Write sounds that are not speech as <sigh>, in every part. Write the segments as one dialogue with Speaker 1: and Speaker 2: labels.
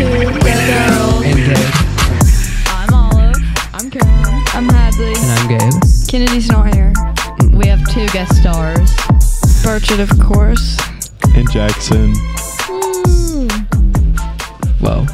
Speaker 1: girl.
Speaker 2: And Gabe.
Speaker 3: I'm Olive. I'm Caroline.
Speaker 1: I'm Hadley.
Speaker 2: And I'm Gabe.
Speaker 1: Kennedy's not here.
Speaker 3: We have two guest stars.
Speaker 1: Burchett, of course.
Speaker 4: and Jackson.
Speaker 2: Well,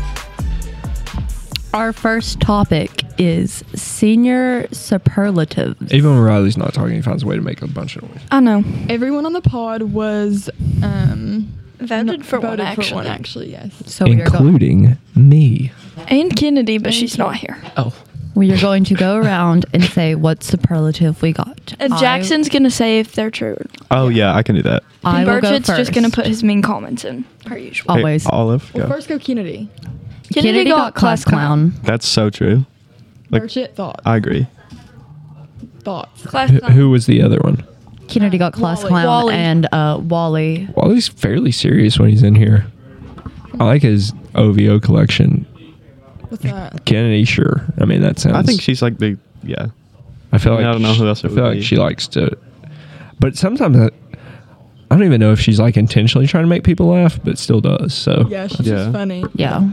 Speaker 3: Our first topic is senior superlatives.
Speaker 2: even when Riley's not talking, he finds a way to make a bunch of noise.
Speaker 1: I know.
Speaker 5: Everyone on the pod was um,
Speaker 1: Voted for
Speaker 5: voted
Speaker 1: one,
Speaker 5: for
Speaker 1: actually.
Speaker 5: one, actually, yes.
Speaker 3: So
Speaker 2: Including me.
Speaker 1: And Kennedy, but she's not here.
Speaker 2: Oh.
Speaker 3: we are going to go around and say what superlative we got.
Speaker 1: And
Speaker 3: I-
Speaker 1: Jackson's going to say if they're true. or not.
Speaker 4: Oh yeah, I can do that.
Speaker 3: I,
Speaker 1: and
Speaker 3: will go
Speaker 1: Burchett's just going to
Speaker 3: first.
Speaker 1: put his mean comments in, per usual.
Speaker 3: Oh. Always.
Speaker 4: Hey, Olive.
Speaker 5: Well,
Speaker 4: go.
Speaker 5: first go Kennedy.
Speaker 3: Kennedy, got, class clown.
Speaker 4: That's so true. Like-
Speaker 5: Burchett, thoughts.
Speaker 4: I agree.
Speaker 5: thoughts.
Speaker 1: Class
Speaker 2: Who,
Speaker 1: clown.
Speaker 2: who was the other one?
Speaker 3: Kennedy got class
Speaker 5: Wally.
Speaker 3: clown
Speaker 1: Wally.
Speaker 3: and uh, Wally.
Speaker 2: Wally's fairly serious when he's in here. I like his OVO collection.
Speaker 5: What's that?
Speaker 2: Kennedy, sure. I mean, that sounds.
Speaker 4: I think she's like the yeah.
Speaker 2: I feel
Speaker 4: I
Speaker 2: like
Speaker 4: don't know
Speaker 2: sh-
Speaker 4: who else it
Speaker 2: I feel
Speaker 4: would
Speaker 2: like
Speaker 4: be.
Speaker 2: she likes to. But sometimes I, I don't even know if she's like intentionally trying to make people laugh, but still does. So
Speaker 5: Yeah, she's
Speaker 4: Yeah.
Speaker 5: just funny.
Speaker 3: Yeah.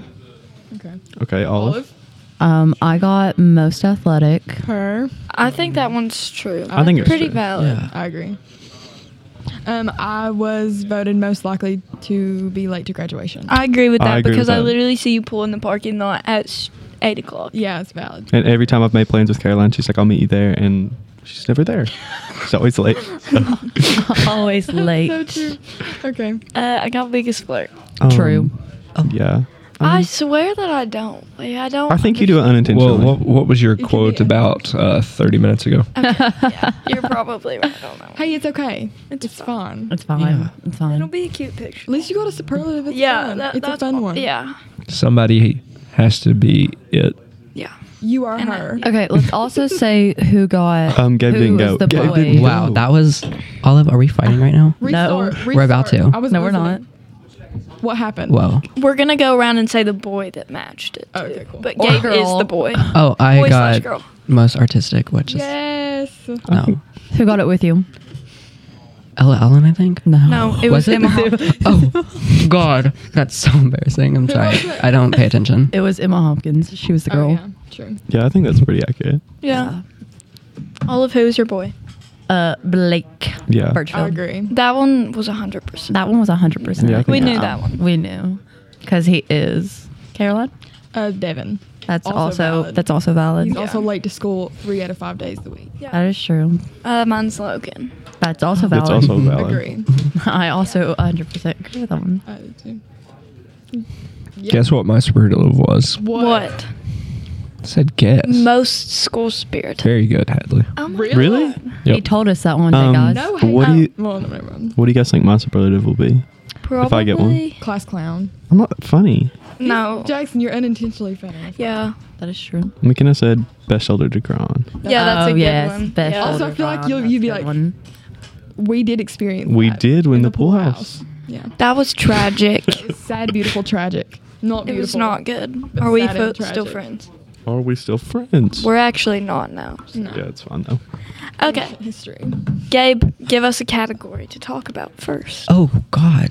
Speaker 5: Okay.
Speaker 4: Okay, Olive.
Speaker 5: Olive.
Speaker 3: Um, I got most athletic.
Speaker 5: Her.
Speaker 1: I think that one's true.
Speaker 5: I think it's
Speaker 1: Pretty
Speaker 4: true.
Speaker 1: valid.
Speaker 5: I agree. Um, I was voted most likely to be late to graduation.
Speaker 1: I agree with
Speaker 4: I
Speaker 1: that
Speaker 4: agree with
Speaker 1: because I
Speaker 4: that.
Speaker 1: literally see you pull in the parking lot at s- 8 o'clock.
Speaker 5: yeah, it's valid.
Speaker 4: And every time I've made plans with Caroline, she's like, "I'll meet you there," and she's never there. she's always late. Um,
Speaker 3: Always late.
Speaker 5: so true. Okay.
Speaker 1: Uh, I got biggest flirt.
Speaker 3: True.
Speaker 4: Um, Yeah.
Speaker 1: I
Speaker 4: Um,
Speaker 1: swear that I don't. Like, Oh, I don't.
Speaker 4: I think you do it
Speaker 2: Well,
Speaker 4: unintentionally.
Speaker 2: what,
Speaker 4: <laughs>
Speaker 2: what was your
Speaker 5: can
Speaker 2: quote
Speaker 5: be-
Speaker 2: about uh, 30 minutes ago?
Speaker 1: Yeah, <laughs> you're probably right on that one.
Speaker 5: Hey, it's okay. It's, fine.
Speaker 3: It's fine. It's fine.
Speaker 1: It'll be a cute picture.
Speaker 5: At least you got a superlative. It's
Speaker 1: yeah,
Speaker 5: fun.
Speaker 1: that,
Speaker 5: it's
Speaker 1: that's
Speaker 5: a fun
Speaker 1: all-
Speaker 5: one.
Speaker 1: Yeah,
Speaker 2: Somebody has to be it.
Speaker 1: yeah.
Speaker 5: You are
Speaker 1: And I-
Speaker 5: her.
Speaker 3: Okay, let's also say who got
Speaker 4: Um, Gabe
Speaker 3: who
Speaker 4: didn't
Speaker 3: was
Speaker 4: go.
Speaker 3: the
Speaker 4: Gabe
Speaker 3: boy.
Speaker 4: didn't go.
Speaker 6: Wow, that was Olive. Are we fighting right now?
Speaker 5: Restart,
Speaker 3: No,
Speaker 6: we're about
Speaker 5: restart.
Speaker 6: to.
Speaker 5: I was
Speaker 3: No, we're not.
Speaker 5: listening. What happened?
Speaker 6: Whoa.
Speaker 1: We're gonna go around and say the boy that matched it.
Speaker 5: Okay,
Speaker 1: too.
Speaker 5: cool.
Speaker 1: But
Speaker 3: Or
Speaker 1: Gabe is
Speaker 3: girl.
Speaker 1: the
Speaker 3: <gasps>
Speaker 1: boy.
Speaker 6: Oh, I
Speaker 1: Boy slash
Speaker 6: got
Speaker 1: girl.
Speaker 6: most artistic, which is
Speaker 5: Yes.
Speaker 6: no.
Speaker 3: Who got it with you?
Speaker 6: Ella Ellen, I think. No,
Speaker 1: No, it was Emma Hopkins.
Speaker 6: oh, <laughs> God, that's so embarrassing.
Speaker 1: <laughs>
Speaker 6: I'm sorry. I don't pay attention.
Speaker 3: It was Emma Hopkins. She was the
Speaker 5: Oh,
Speaker 3: girl.
Speaker 5: yeah. True.
Speaker 4: Yeah, I think that's pretty accurate.
Speaker 1: Yeah. All of who's your boy?
Speaker 3: Uh, Blake.
Speaker 4: Yeah.
Speaker 5: I
Speaker 3: Birchfield.
Speaker 5: agree.
Speaker 1: That one was hundred percent.
Speaker 3: That one was hundred percent.
Speaker 4: Yeah, I think
Speaker 1: We knew that one.
Speaker 3: We knew, because he is Caroline.
Speaker 5: Uh, Devin.
Speaker 3: That's
Speaker 5: Also
Speaker 3: also,
Speaker 5: valid.
Speaker 3: that's also valid.
Speaker 5: He's
Speaker 1: Yeah.
Speaker 5: also late to school three out of five days a week.
Speaker 3: That is true.
Speaker 1: Uh, mine's Logan.
Speaker 3: That's also valid.
Speaker 4: It's also valid.
Speaker 5: Agree.
Speaker 3: <laughs> I also hundred percent agree with that one.
Speaker 5: I do too. Yeah.
Speaker 2: Guess what my superlative was?
Speaker 5: What?
Speaker 1: What?
Speaker 2: I said guess.
Speaker 1: Most school spirit.
Speaker 2: Very good, Hadley.
Speaker 1: Oh my
Speaker 5: Really?
Speaker 4: Really?
Speaker 1: God.
Speaker 2: Yep.
Speaker 3: He told us that one day,
Speaker 4: Um,
Speaker 3: guys.
Speaker 5: No.
Speaker 4: But what
Speaker 5: hey,
Speaker 4: do you-
Speaker 5: Well, no, never mind.
Speaker 4: What do you guys think my superlative will be?
Speaker 1: Probably.
Speaker 4: I get one.
Speaker 5: Class clown.
Speaker 4: I'm not funny.
Speaker 1: No.
Speaker 5: Jackson, you're unintentionally funny.
Speaker 1: Yeah.
Speaker 3: That is true.
Speaker 4: McKenna said, "Best shoulder to cry on."
Speaker 1: Yeah, that's
Speaker 3: oh,
Speaker 1: a good
Speaker 3: yes,
Speaker 1: one.
Speaker 3: Best
Speaker 1: Yeah.
Speaker 5: Also, I
Speaker 3: shoulder
Speaker 5: feel like
Speaker 3: round.
Speaker 5: you'll-
Speaker 3: That's
Speaker 5: you'd be
Speaker 3: a good
Speaker 5: like-
Speaker 3: one.
Speaker 5: We did experience.
Speaker 4: We
Speaker 5: that
Speaker 4: did win
Speaker 5: in
Speaker 4: the pool house.
Speaker 5: Yeah.
Speaker 1: That was
Speaker 5: <laughs>
Speaker 1: tragic. it
Speaker 5: Sad, beautiful, tragic. Not beautiful.
Speaker 1: was not good.
Speaker 5: But
Speaker 1: Are we
Speaker 5: sad
Speaker 1: fo-
Speaker 5: and
Speaker 1: still
Speaker 5: tragic.
Speaker 1: friends?
Speaker 4: Are we still friends?
Speaker 1: We're actually not now.
Speaker 5: No.
Speaker 4: yeah, it's fine though.
Speaker 1: Okay.
Speaker 5: History.
Speaker 1: Gabe, give us a category to talk about first.
Speaker 6: Oh God,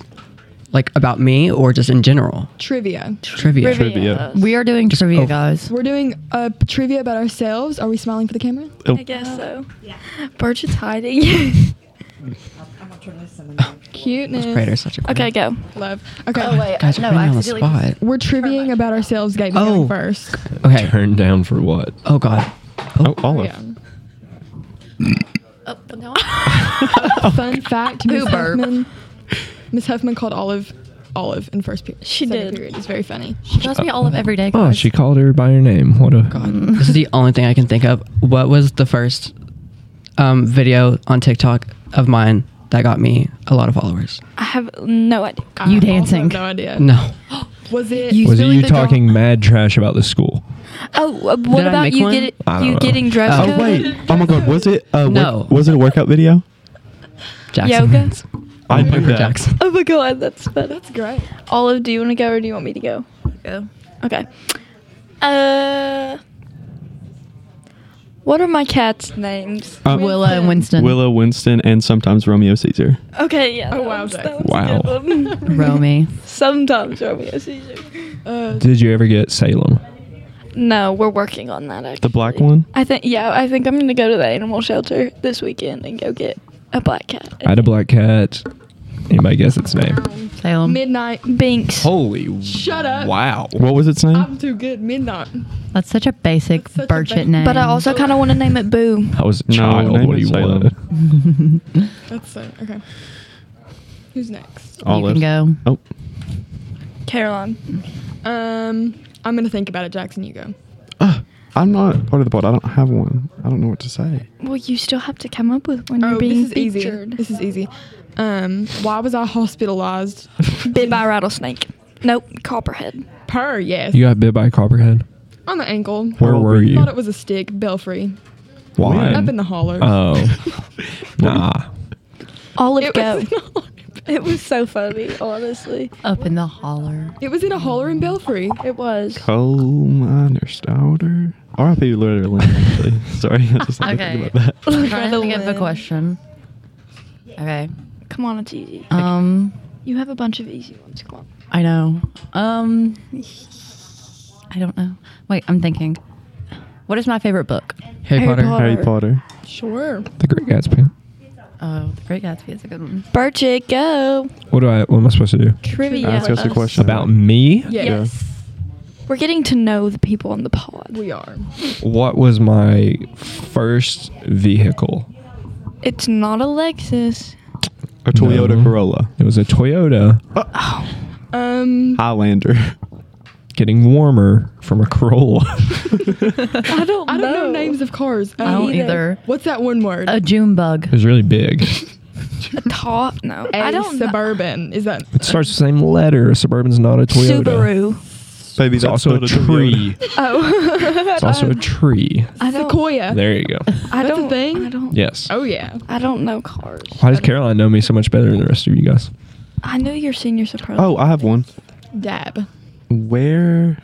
Speaker 6: like about me or just in general
Speaker 5: Trivia.
Speaker 6: trivia.
Speaker 4: Trivia.
Speaker 3: We are doing trivia,
Speaker 6: oh.
Speaker 3: guys.
Speaker 5: <laughs> We're doing uh, trivia about ourselves. Are we smiling for the camera?
Speaker 4: Oh,
Speaker 1: I guess so. Burchett's hiding.
Speaker 5: Cuteness.
Speaker 6: Creator is such
Speaker 1: <laughs>
Speaker 6: a
Speaker 1: okay, go.
Speaker 5: Love. Okay.
Speaker 1: Oh,
Speaker 6: guys are
Speaker 3: no,
Speaker 6: putting me on the
Speaker 3: accidentally-
Speaker 5: <laughs>
Speaker 6: spot.
Speaker 5: We're triviaing about ourselves, Gabe. you're
Speaker 6: Oh.
Speaker 5: going First.
Speaker 6: Okay.
Speaker 2: Turned down for what?
Speaker 6: Oh God.
Speaker 4: oh, Olive.
Speaker 5: Yeah.
Speaker 3: Oh.
Speaker 5: <laughs> Fun fact, Miss
Speaker 3: Who burp?
Speaker 5: Huffman. Miss Huffman called Olive Olive in first period.
Speaker 1: She
Speaker 5: Second
Speaker 1: did.
Speaker 5: Period. It's very funny.
Speaker 3: She calls me Olive every day.
Speaker 2: Oh,
Speaker 3: guys.
Speaker 2: she called her by her name. What a
Speaker 6: God.
Speaker 1: Mm.
Speaker 6: This is the only thing I can think of. What was the first um, video on TikTok of mine that got me a lot of followers?
Speaker 1: I have no idea.
Speaker 5: I also
Speaker 3: dancing. Mm.
Speaker 5: have no idea.
Speaker 6: No.
Speaker 5: Was it?
Speaker 3: You-
Speaker 2: Was it
Speaker 3: Spilling
Speaker 2: you
Speaker 3: the dog-
Speaker 2: talking mad trash about the school?
Speaker 1: Oh, uh, what
Speaker 6: Did I
Speaker 1: about
Speaker 6: make
Speaker 1: you,
Speaker 6: one?
Speaker 1: get,
Speaker 2: I don't
Speaker 1: you
Speaker 2: know.
Speaker 1: getting dress
Speaker 6: Oh,
Speaker 1: code?
Speaker 4: Wait. Oh my God. Was it? Uh, work-
Speaker 6: No.
Speaker 4: was it a workout video?
Speaker 6: Jackson. <laughs>
Speaker 1: Yoga?
Speaker 6: wins.
Speaker 4: I knew
Speaker 6: Remember
Speaker 4: that.
Speaker 6: Jackson.
Speaker 1: Oh my god, that's better.
Speaker 5: That's great.
Speaker 1: Olive, do you want to go or do you want me to go?
Speaker 3: Go.
Speaker 1: Okay. Uh, what are my cat's names?
Speaker 4: Um,
Speaker 3: Willa and Winston.
Speaker 4: Willow Winston and sometimes Romeo Caesar.
Speaker 1: Okay, yeah.
Speaker 5: Oh,
Speaker 1: that
Speaker 5: wow,
Speaker 1: was- that <laughs>
Speaker 5: Jackson.
Speaker 1: was a good
Speaker 2: Wow.
Speaker 1: one.
Speaker 3: Romy.
Speaker 1: Sometimes Romeo Caesar.
Speaker 5: Uh,
Speaker 2: Did you ever get Salem?
Speaker 1: No, we're working on that. Actually.
Speaker 4: The black one?
Speaker 1: I think yeah. I think I'm gonna go to the animal shelter this weekend and go get a black cat.
Speaker 2: I had a black cat. Anybody guess its name?
Speaker 3: Salem.
Speaker 5: midnight.
Speaker 1: Binks.
Speaker 2: Holy
Speaker 5: Shut up.
Speaker 2: wow!
Speaker 4: What was its name?
Speaker 5: I'm too good. Midnight.
Speaker 3: That's such a basic
Speaker 5: That's such a
Speaker 3: birch
Speaker 5: basic-
Speaker 3: it name.
Speaker 1: But I also kind of want to name it Boo.
Speaker 2: I was a
Speaker 4: No,
Speaker 2: child.
Speaker 4: name
Speaker 2: what do
Speaker 4: it
Speaker 2: you
Speaker 4: Salem.
Speaker 2: want?
Speaker 5: That's so okay. Who's next?
Speaker 4: Olive.
Speaker 3: go.
Speaker 4: Oh,
Speaker 1: Caroline.
Speaker 5: Um, I'm gonna think about it. Jackson, you go.
Speaker 4: Ah, I'm not part of the board. I don't have one. I don't know what to say.
Speaker 1: Well, you still have to come up with when
Speaker 5: Oh,
Speaker 1: you're
Speaker 5: this
Speaker 1: being
Speaker 5: is
Speaker 1: featured.
Speaker 5: easy. This is easy. Um, why was I hospitalized?
Speaker 1: Bit by a rattlesnake. Nope. Copperhead.
Speaker 5: Per yes.
Speaker 2: You got bit by a copperhead.
Speaker 5: On the ankle.
Speaker 2: Where
Speaker 4: Well,
Speaker 2: were
Speaker 4: we
Speaker 2: you?
Speaker 5: Oh, Thought it was a stick. Belfry.
Speaker 2: Why?
Speaker 5: Up in the holler. <laughs>
Speaker 2: Oh, nah.
Speaker 1: Olive
Speaker 5: it
Speaker 1: Go.
Speaker 5: was, in a holler-
Speaker 1: <laughs> it was so funny, honestly.
Speaker 3: Up in the holler.
Speaker 5: <laughs> it was in a holler in Belfry.
Speaker 1: It was.
Speaker 4: Coal miner's daughter. R.I.P. Loretta
Speaker 2: <laughs>
Speaker 4: Lynn, actually. Sorry, I just had to
Speaker 3: Okay.
Speaker 4: think about that.
Speaker 3: I'm <laughs> trying to
Speaker 1: Rather
Speaker 3: think of a
Speaker 1: than-
Speaker 3: question. Okay.
Speaker 1: Come on, it's easy.
Speaker 3: Um,
Speaker 1: you have a bunch of easy ones. Come on.
Speaker 3: I know. Um, I don't know. Wait, I'm thinking. What is my favorite book?
Speaker 6: Harry
Speaker 1: Harry
Speaker 6: Potter.
Speaker 1: Potter.
Speaker 4: Harry Potter.
Speaker 5: Sure.
Speaker 2: The Great Gatsby.
Speaker 3: Oh, The Great Gatsby is a good one.
Speaker 1: Birch it, go.
Speaker 2: What do I? What am I supposed to do?
Speaker 1: Trivia.
Speaker 4: Ask us a
Speaker 1: us.
Speaker 4: question.
Speaker 2: About me?
Speaker 5: Yeah.
Speaker 1: Yes. We're getting to know the people on the pod.
Speaker 5: We are.
Speaker 2: What was my first vehicle?
Speaker 1: It's not a Lexus.
Speaker 4: A Toyota
Speaker 2: No.
Speaker 4: Corolla.
Speaker 2: It was a Toyota
Speaker 5: Um,
Speaker 4: Highlander.
Speaker 2: getting warmer from a Corolla.
Speaker 1: <laughs>
Speaker 2: <laughs>
Speaker 1: I don't.
Speaker 5: I don't know names of cars. Um,
Speaker 3: I don't
Speaker 1: either.
Speaker 3: either.
Speaker 5: What's that one word?
Speaker 3: A June bug.
Speaker 2: It was really big.
Speaker 1: A top? No.
Speaker 5: I
Speaker 1: I I don't. know.
Speaker 5: suburban. Is that
Speaker 2: It starts the same letter. A Suburban's not a Toyota.
Speaker 1: Subaru.
Speaker 4: Baby,
Speaker 2: It's also a tree.
Speaker 1: <laughs> Oh.
Speaker 2: It's also a tree.
Speaker 1: I don't.
Speaker 5: sequoia?
Speaker 2: There you go.
Speaker 1: I
Speaker 5: That's a
Speaker 1: don't.
Speaker 5: thing?
Speaker 1: I don't.
Speaker 2: Yes.
Speaker 5: Oh yeah.
Speaker 1: I don't know cars.
Speaker 2: Why does Caroline know me so much better than the rest of you guys?
Speaker 1: I know your senior superlative.
Speaker 4: Oh, I have one.
Speaker 5: Dab.
Speaker 4: Where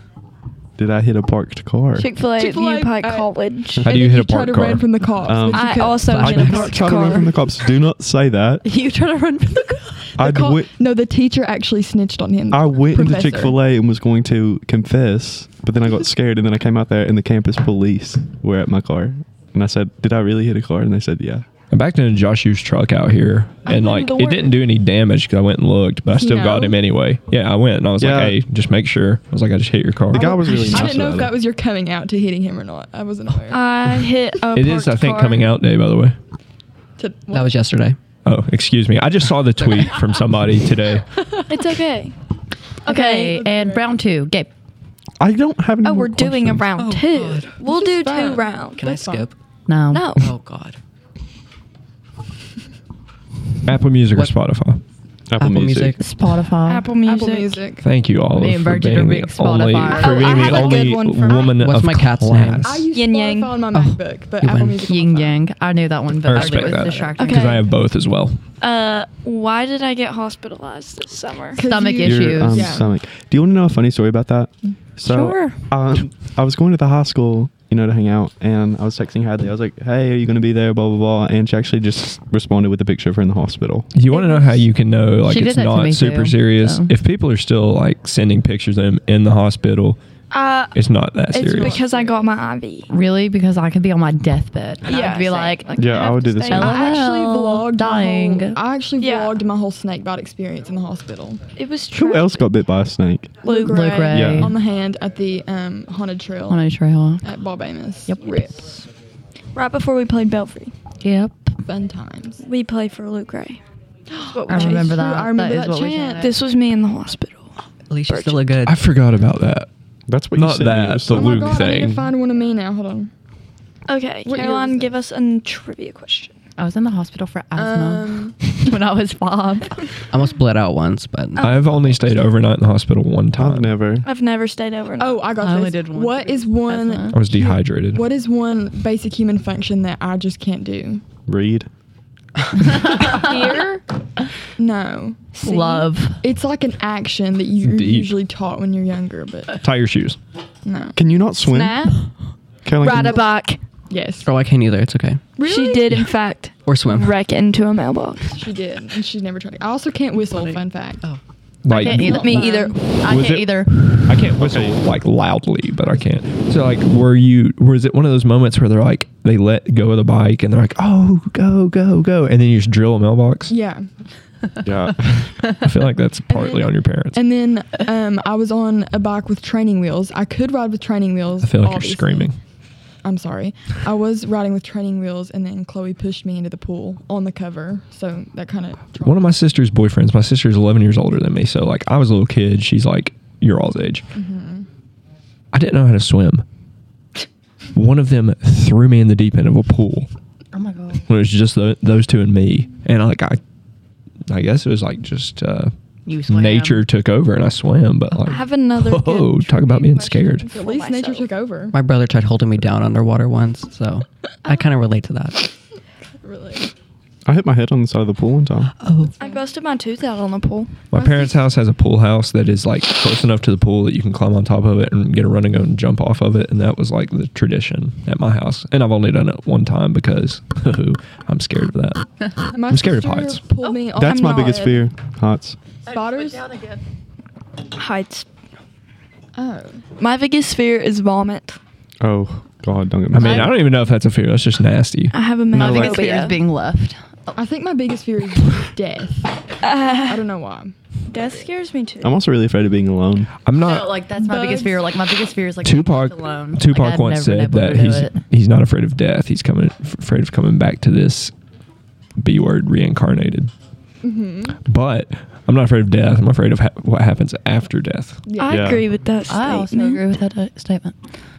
Speaker 4: did I hit a parked car?
Speaker 1: Chick Fil A at
Speaker 5: Chick-fil-A uh,
Speaker 1: Union Pike
Speaker 5: at-
Speaker 1: College.
Speaker 2: How do
Speaker 5: And
Speaker 2: you
Speaker 5: then
Speaker 2: hit a
Speaker 5: try
Speaker 2: parked
Speaker 5: to
Speaker 2: car?
Speaker 5: run from the cops.
Speaker 4: Um,
Speaker 5: but you
Speaker 1: I
Speaker 5: couldn't.
Speaker 1: also
Speaker 4: I
Speaker 1: hit a
Speaker 4: did
Speaker 1: parked
Speaker 4: try to run
Speaker 1: car.
Speaker 5: <laughs>
Speaker 4: from the cops. Do not say that.
Speaker 1: <laughs>
Speaker 3: You try to run from the car.
Speaker 4: I
Speaker 5: The cop-
Speaker 4: went,
Speaker 5: no, the teacher actually snitched on him.
Speaker 4: I went into
Speaker 5: Professor.
Speaker 4: Chick Fil A and was going to confess, but then I got scared, and then I came out there, and the campus police were at my car, and I said, "Did I really hit a car?" And they said, "Yeah."
Speaker 2: I backed into Joshua's truck out here,
Speaker 1: went
Speaker 2: and like
Speaker 1: to
Speaker 2: it
Speaker 1: work.
Speaker 2: didn't do any damage because I went and looked, but I still
Speaker 5: No.
Speaker 2: got him anyway. Yeah, I went and I was
Speaker 4: Yeah.
Speaker 2: like, "Hey, just make sure." I was like, "I just hit your car."
Speaker 4: The
Speaker 1: Oh,
Speaker 4: guy was really nice.
Speaker 5: I didn't know
Speaker 4: about
Speaker 5: if
Speaker 4: it.
Speaker 5: that was your coming out to hitting him or not. I wasn't aware.
Speaker 1: I hit a.
Speaker 2: it is, I
Speaker 1: parked
Speaker 2: think,
Speaker 1: car.
Speaker 2: coming out day. By the way.
Speaker 5: To-
Speaker 6: That was yesterday.
Speaker 2: Oh, excuse me. I
Speaker 1: <laughs>
Speaker 2: just saw the tweet from somebody today.
Speaker 1: It's okay.
Speaker 3: Okay,
Speaker 1: Okay.
Speaker 3: and round two, Gabe.
Speaker 4: I don't have any.
Speaker 1: Oh,
Speaker 4: more
Speaker 1: we're doing a
Speaker 4: questions.
Speaker 1: round
Speaker 6: Oh,
Speaker 1: two.
Speaker 6: God.
Speaker 1: We'll
Speaker 5: This
Speaker 1: do
Speaker 5: is
Speaker 1: two
Speaker 5: fun.
Speaker 1: rounds.
Speaker 6: Can I
Speaker 5: That's fine.
Speaker 6: skip?
Speaker 3: No.
Speaker 1: No.
Speaker 6: Oh God.
Speaker 2: Apple Music
Speaker 6: What?
Speaker 2: or Spotify.
Speaker 4: Apple,
Speaker 6: Apple
Speaker 4: Music.
Speaker 6: Music.
Speaker 3: Spotify.
Speaker 1: Apple Music.
Speaker 5: Apple Music.
Speaker 2: Thank you all
Speaker 3: Me and
Speaker 2: for
Speaker 3: Bridget
Speaker 2: being
Speaker 3: are big
Speaker 2: the only,
Speaker 3: Spotify.
Speaker 2: for
Speaker 1: Oh,
Speaker 2: being
Speaker 1: I have
Speaker 2: the
Speaker 1: a good
Speaker 2: only
Speaker 1: one for-
Speaker 2: woman
Speaker 6: What's
Speaker 2: of
Speaker 6: my cat's name?
Speaker 2: class.
Speaker 5: I use
Speaker 1: Yin yang.
Speaker 5: Spotify on my
Speaker 6: Oh,
Speaker 5: MacBook, but
Speaker 6: you
Speaker 5: Apple
Speaker 6: win.
Speaker 5: Music. on my
Speaker 3: Yin
Speaker 5: phone.
Speaker 3: Yang. I knew that one,
Speaker 2: I
Speaker 3: but I,
Speaker 2: respect
Speaker 3: was
Speaker 2: that
Speaker 3: distracting.
Speaker 2: because
Speaker 1: Okay.
Speaker 2: I have both as well.
Speaker 1: Uh, why did I get hospitalized this summer?
Speaker 3: Stomach
Speaker 5: you-
Speaker 3: issues.
Speaker 4: Your, um,
Speaker 5: Yeah.
Speaker 4: stomach. Do you want to know a funny story about that? So,
Speaker 1: Sure.
Speaker 4: Um, I was going to the high school, you know, to hang out, and I was texting Hadley. I was like, "Hey, are you going to be there?" Blah blah blah, and she actually just responded with a picture of her in the hospital.
Speaker 2: You want to know how you can know like
Speaker 3: She did
Speaker 2: it's
Speaker 3: that to
Speaker 2: not
Speaker 3: me
Speaker 2: super
Speaker 3: too,
Speaker 2: serious?
Speaker 3: so.
Speaker 2: If people are still like sending pictures of them in the hospital,
Speaker 1: Uh,
Speaker 2: it's not that
Speaker 1: it's
Speaker 2: serious.
Speaker 1: because I got my IV.
Speaker 3: Really? Because I could be on my deathbed. And
Speaker 1: Yeah,
Speaker 3: I'd be
Speaker 1: same.
Speaker 3: like, like,
Speaker 4: Yeah, I
Speaker 1: have
Speaker 4: would
Speaker 1: to
Speaker 4: do the
Speaker 1: stay
Speaker 4: same.
Speaker 1: alive.
Speaker 5: I actually
Speaker 3: LOL,
Speaker 5: vlogged
Speaker 3: Oh, dying.
Speaker 5: My whole, I actually
Speaker 1: Yeah.
Speaker 5: vlogged my whole snake bite experience in the hospital.
Speaker 1: It was
Speaker 4: Who
Speaker 1: tragic.
Speaker 4: else got bit by a snake?
Speaker 5: Blue
Speaker 3: Lou Gray.
Speaker 4: Yeah.
Speaker 5: on the hand at the um, haunted trail
Speaker 3: on a trail.
Speaker 5: at Bob Amos.
Speaker 3: Yep.
Speaker 5: Rip.
Speaker 1: Right before we played Belfry,
Speaker 3: Yep.
Speaker 5: Fun <gasps> times.
Speaker 1: we played for Luke Gray. What we
Speaker 3: I
Speaker 1: chased.
Speaker 3: remember that.
Speaker 5: I remember
Speaker 3: that is
Speaker 5: that
Speaker 3: what we
Speaker 5: chant.
Speaker 3: chanted.
Speaker 1: This was me in the hospital.
Speaker 6: At least you're still a good.
Speaker 2: I forgot about that.
Speaker 4: That's
Speaker 2: what you Not said. that, the
Speaker 5: oh
Speaker 2: Luke
Speaker 5: my god, I need
Speaker 2: thing.
Speaker 5: to find one of me now. Hold on.
Speaker 1: Okay,
Speaker 5: What year was
Speaker 1: Caroline,
Speaker 5: it?
Speaker 1: give us a trivia question.
Speaker 3: I was in the hospital for asthma
Speaker 5: Um,
Speaker 3: when I was five.
Speaker 6: I <laughs> almost bled out once, but
Speaker 3: Oh.
Speaker 2: I've only stayed overnight in the hospital one
Speaker 4: I've
Speaker 2: time.
Speaker 4: never.
Speaker 1: I've never stayed over.
Speaker 5: oh, I got
Speaker 3: I
Speaker 5: this.
Speaker 3: only did one
Speaker 5: What
Speaker 3: for
Speaker 5: is one?
Speaker 3: asthma.
Speaker 2: I was dehydrated.
Speaker 5: What is one basic human function that I just can't do?
Speaker 4: Read.
Speaker 3: <laughs>
Speaker 1: Fear?
Speaker 5: Um, No.
Speaker 3: Love.
Speaker 5: It's like an action that you're
Speaker 2: Deep.
Speaker 5: usually taught when you're younger, but
Speaker 2: Tie your shoes.
Speaker 5: no.
Speaker 4: Can you not swim?
Speaker 6: <laughs>
Speaker 1: Snap?
Speaker 4: Caroline, can
Speaker 1: Ride
Speaker 4: you-
Speaker 1: a bike.
Speaker 5: Yes.
Speaker 6: <laughs> oh, I can't either. It's okay.
Speaker 1: She did, in fact,
Speaker 6: <laughs> Or swim.
Speaker 1: wreck into a mailbox.
Speaker 5: She did, and she's never tried. it. I also can't whistle. Fun fact.
Speaker 6: Oh.
Speaker 2: like
Speaker 3: Can't either.
Speaker 1: Me either.
Speaker 3: I
Speaker 2: Was
Speaker 3: can't
Speaker 2: it-
Speaker 3: either.
Speaker 2: I can't whistle like loudly, but I can't. So like, were you? Was it one of those moments where they're like they let go of the bike and they're like, oh, go, go, go, and then you just drill a mailbox?
Speaker 5: Yeah.
Speaker 4: Yeah.
Speaker 2: I feel like
Speaker 3: <laughs>
Speaker 2: that's partly
Speaker 5: then-
Speaker 2: on your parents.
Speaker 5: And then um, I was on a bike with training wheels. I could ride with training wheels.
Speaker 2: I feel like
Speaker 5: obviously.
Speaker 2: you're screaming.
Speaker 5: I'm sorry. I was riding with training wheels, and then Chloe pushed me into the pool on the cover. So that kind of.
Speaker 2: One of my sister's boyfriends. My sister's 11 years older than me, so like I was a little kid. She's like your all's age.
Speaker 1: Mm-hmm.
Speaker 5: Mm-hmm.
Speaker 2: I didn't know how to swim. One of them threw me in the deep end of a pool.
Speaker 3: Oh my god.
Speaker 2: when it was just tho- those two and me, and like I, I guess it was like just uh,
Speaker 3: You swam.
Speaker 2: nature took over and I swam. But like,
Speaker 1: I have another. good
Speaker 2: <laughs> Whoa, talk about being
Speaker 1: trivia question
Speaker 2: scared.
Speaker 1: for
Speaker 5: At least nature
Speaker 1: myself.
Speaker 5: took over.
Speaker 6: My brother tried holding me down underwater once, so I kind of relate to that.
Speaker 5: Really.
Speaker 4: I hit my head on the side of the pool one time.
Speaker 6: Oh,
Speaker 1: I busted my tooth out on the pool.
Speaker 2: my parents' house has a pool house that is like close enough to the pool that you can climb on top of it and get a run and go and jump off of it, and that was like the tradition at my house. And I've only done it one time because <laughs> I'm scared of that.
Speaker 3: <laughs>
Speaker 5: My
Speaker 2: I'm scared of
Speaker 5: sister
Speaker 2: heights.
Speaker 5: Pulled me
Speaker 1: Oh,
Speaker 5: off
Speaker 4: That's
Speaker 5: I'm
Speaker 4: my
Speaker 5: not-
Speaker 4: biggest fear. Heights.
Speaker 5: Spotters.
Speaker 1: Heights.
Speaker 5: Oh.
Speaker 1: My biggest fear is vomit.
Speaker 4: Oh God, don't get me.
Speaker 2: I mean, I don't even know if that's a fear. That's just nasty.
Speaker 1: I have a
Speaker 3: My
Speaker 1: no,
Speaker 3: biggest fear is being left.
Speaker 5: Oh. I think my biggest fear is death. I don't know why.
Speaker 1: Death scares me too.
Speaker 4: I'm also really afraid of being alone.
Speaker 2: I'm not.
Speaker 3: No, like that's my biggest
Speaker 5: Bugs.
Speaker 3: fear. Like my biggest fear is like
Speaker 2: Tupac,
Speaker 3: being left alone.
Speaker 2: Tupac
Speaker 3: Like, I'd
Speaker 2: once
Speaker 3: never
Speaker 2: said
Speaker 3: been able
Speaker 2: that
Speaker 3: to do
Speaker 2: he's
Speaker 3: it.
Speaker 2: he's not afraid of death. He's coming f- afraid of coming back to this B word reincarnated.
Speaker 5: Mm-hmm.
Speaker 2: But I'm not afraid of death. I'm afraid of ha- what happens after death.
Speaker 1: I
Speaker 4: Yeah.
Speaker 1: agree with that
Speaker 3: I also
Speaker 2: Mm-hmm.
Speaker 1: statement.
Speaker 3: agree with that uh, statement.